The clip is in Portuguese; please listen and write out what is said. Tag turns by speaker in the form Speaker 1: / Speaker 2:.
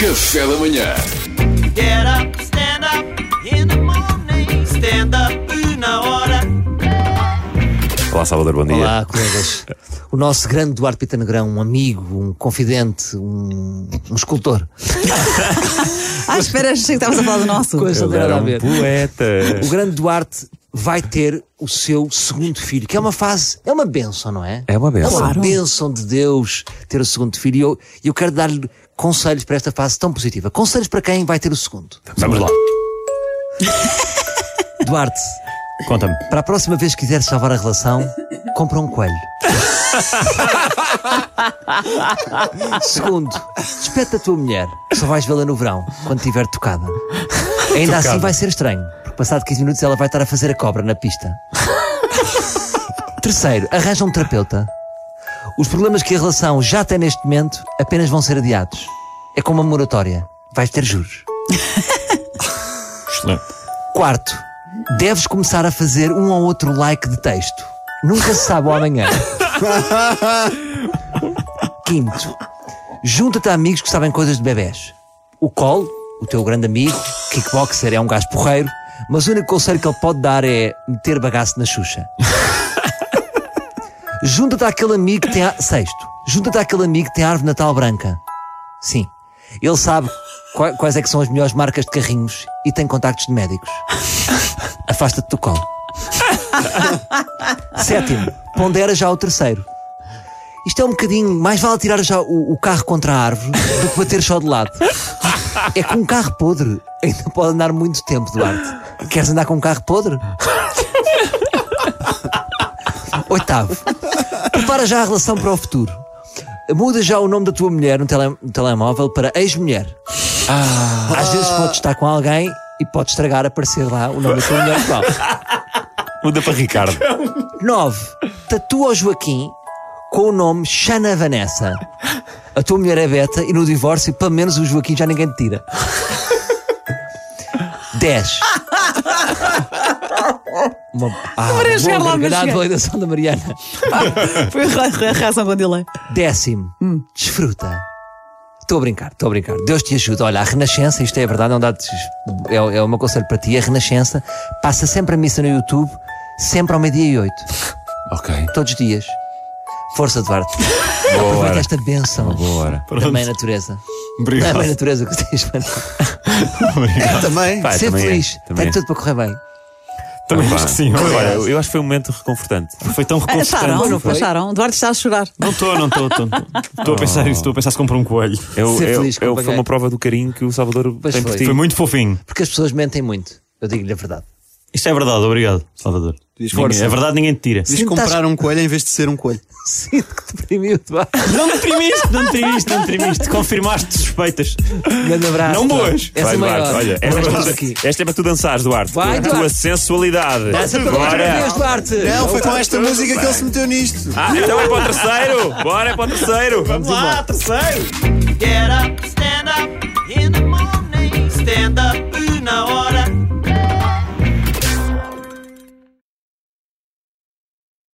Speaker 1: Café da manhã.
Speaker 2: Get up, stand up in the morning. Stand up na hora.
Speaker 3: Olá, Salvador, bom dia.
Speaker 4: Olá, colegas. O nosso grande Duarte Pita Negrão, um amigo, um confidente, um, um escultor.
Speaker 5: Ah, espera, achei que estavas a falar do nosso.
Speaker 4: Coisa
Speaker 3: Ele
Speaker 4: nada
Speaker 3: era
Speaker 4: a
Speaker 3: um
Speaker 4: ver.
Speaker 3: poeta.
Speaker 4: O grande Duarte vai ter o seu segundo filho, que é uma fase, é uma benção, não é?
Speaker 3: É uma
Speaker 4: É
Speaker 3: benção.
Speaker 4: uma
Speaker 5: Claro.
Speaker 4: benção de Deus ter o segundo filho. E eu, e eu quero dar-lhe conselhos para esta fase tão positiva. Conselhos para quem vai ter o segundo.
Speaker 3: Vamos lá.
Speaker 4: Duarte,
Speaker 3: Conta-me.
Speaker 4: para a próxima vez que quiseres salvar a relação, compra um coelho. Segundo, espeta a tua mulher, que só vais vê-la no verão, quando estiver tocada. Ainda assim vai ser estranho, porque passado 15 minutos ela vai estar a fazer a cobra na pista. Terceiro, arranja um terapeuta. Os problemas que a relação já tem neste momento apenas vão ser adiados. É como uma moratória. Vais ter juros.
Speaker 3: Excelente.
Speaker 4: Quarto, deves começar a fazer um ou outro like de texto. Nunca se sabe o amanhã. Quinto, junta-te a amigos que sabem coisas de bebés. O Cole, o teu grande amigo, kickboxer, é um gajo porreiro, mas o único conselho que ele pode dar é meter bagaço na Xuxa. junta-te àquele amigo que tem. A... Sexto, junta-te àquele amigo que tem a árvore de natal branca. Sim, ele sabe qua- quais é que são as melhores marcas de carrinhos e tem contactos de médicos. Afasta-te do colo. Sétimo, pondera já o terceiro. Isto é um bocadinho. Mais vale tirar já o, o carro contra a árvore do que bater só de lado. É que um carro podre ainda pode andar muito tempo, Duarte. Queres andar com um carro podre? Oitavo, prepara já a relação para o futuro. Muda já o nome da tua mulher no, tele- no telemóvel para ex-mulher. Às vezes podes estar com alguém e pode estragar aparecer lá o nome da tua mulher atual.
Speaker 3: Muda para Ricardo.
Speaker 4: 9. Tatua o Joaquim com o nome Xana Vanessa. A tua mulher é Beta e no divórcio, pelo menos o Joaquim já ninguém te tira. 10. Uma,
Speaker 5: Maria
Speaker 4: ah, uma
Speaker 5: Angela,
Speaker 4: boa
Speaker 5: mas
Speaker 4: gargalhada
Speaker 5: cheguei.
Speaker 4: pela eleição da Mariana.
Speaker 5: Foi a a reação quando ele.
Speaker 4: Décimo, desfruta. Estou a brincar, estou a brincar. Deus te ajuda. Olha, a Renascença, isto é verdade, é um dado, é, é o meu conselho para ti. A Renascença passa sempre a missa no YouTube, sempre ao meio-dia e oito,
Speaker 3: Ok.
Speaker 4: todos os dias. Força, Duarte. Aproveita esta bênção
Speaker 3: Boa hora.
Speaker 4: da Mãe Natureza. Não é a Mãe Natureza que tens, mano.
Speaker 6: Também.
Speaker 3: Pá,
Speaker 4: Ser
Speaker 3: também é,
Speaker 4: feliz.
Speaker 3: também
Speaker 4: Tem
Speaker 3: é.
Speaker 4: tudo para correr bem.
Speaker 3: Também
Speaker 6: Pá.
Speaker 3: acho que sim.
Speaker 6: Olha,
Speaker 3: Olha, eu acho que foi um momento reconfortante.
Speaker 6: Foi tão
Speaker 5: Acharam?
Speaker 6: reconfortante.
Speaker 4: não foi?
Speaker 5: Acharam? O Duarte está a chorar.
Speaker 6: Não estou, não estou. Estou a pensar isso, estou a pensar se comprar um coelho.
Speaker 3: Eu,
Speaker 4: Ser
Speaker 3: eu-
Speaker 4: feliz,
Speaker 3: eu-
Speaker 4: companheiro.
Speaker 3: foi uma prova do carinho que o Salvador
Speaker 4: Pois
Speaker 3: tem por
Speaker 4: foi.
Speaker 3: ti.
Speaker 6: Foi muito fofinho.
Speaker 4: Porque as pessoas mentem muito. Eu digo-lhe a verdade.
Speaker 6: Isto é verdade, obrigado, Salvador.
Speaker 7: Diz
Speaker 6: Ninguém-
Speaker 7: força.
Speaker 6: é verdade, ninguém te tira.
Speaker 7: Diz
Speaker 4: Sim,
Speaker 7: comprar
Speaker 4: estás-
Speaker 7: um coelho em vez de ser um coelho.
Speaker 4: Sinto que deprimiu, Duarte.
Speaker 6: Não me trimiste, não me trimiste, não me trimiste. Confirmaste suspeitas.
Speaker 4: Grande abraço.
Speaker 6: Não
Speaker 4: Duarte.
Speaker 6: boas.
Speaker 4: Essa é
Speaker 3: Vai, Duarte,
Speaker 4: maior.
Speaker 3: olha, esta, é
Speaker 4: Agora estás
Speaker 3: para
Speaker 4: aqui.
Speaker 3: tu- esta é para tu dançares, Duarte.
Speaker 4: Vai,
Speaker 3: com a tua
Speaker 4: Duarte.
Speaker 3: sensualidade.
Speaker 4: Dança pela primeira
Speaker 3: Bora.
Speaker 4: vez, Duarte.
Speaker 7: Não, foi com esta música que ele se meteu nisto.
Speaker 3: Ah, então é para o terceiro. Bora, é para o terceiro. Vamos
Speaker 6: Lá, terceiro.
Speaker 2: Get up, stand up in the morning. Stand up na hora.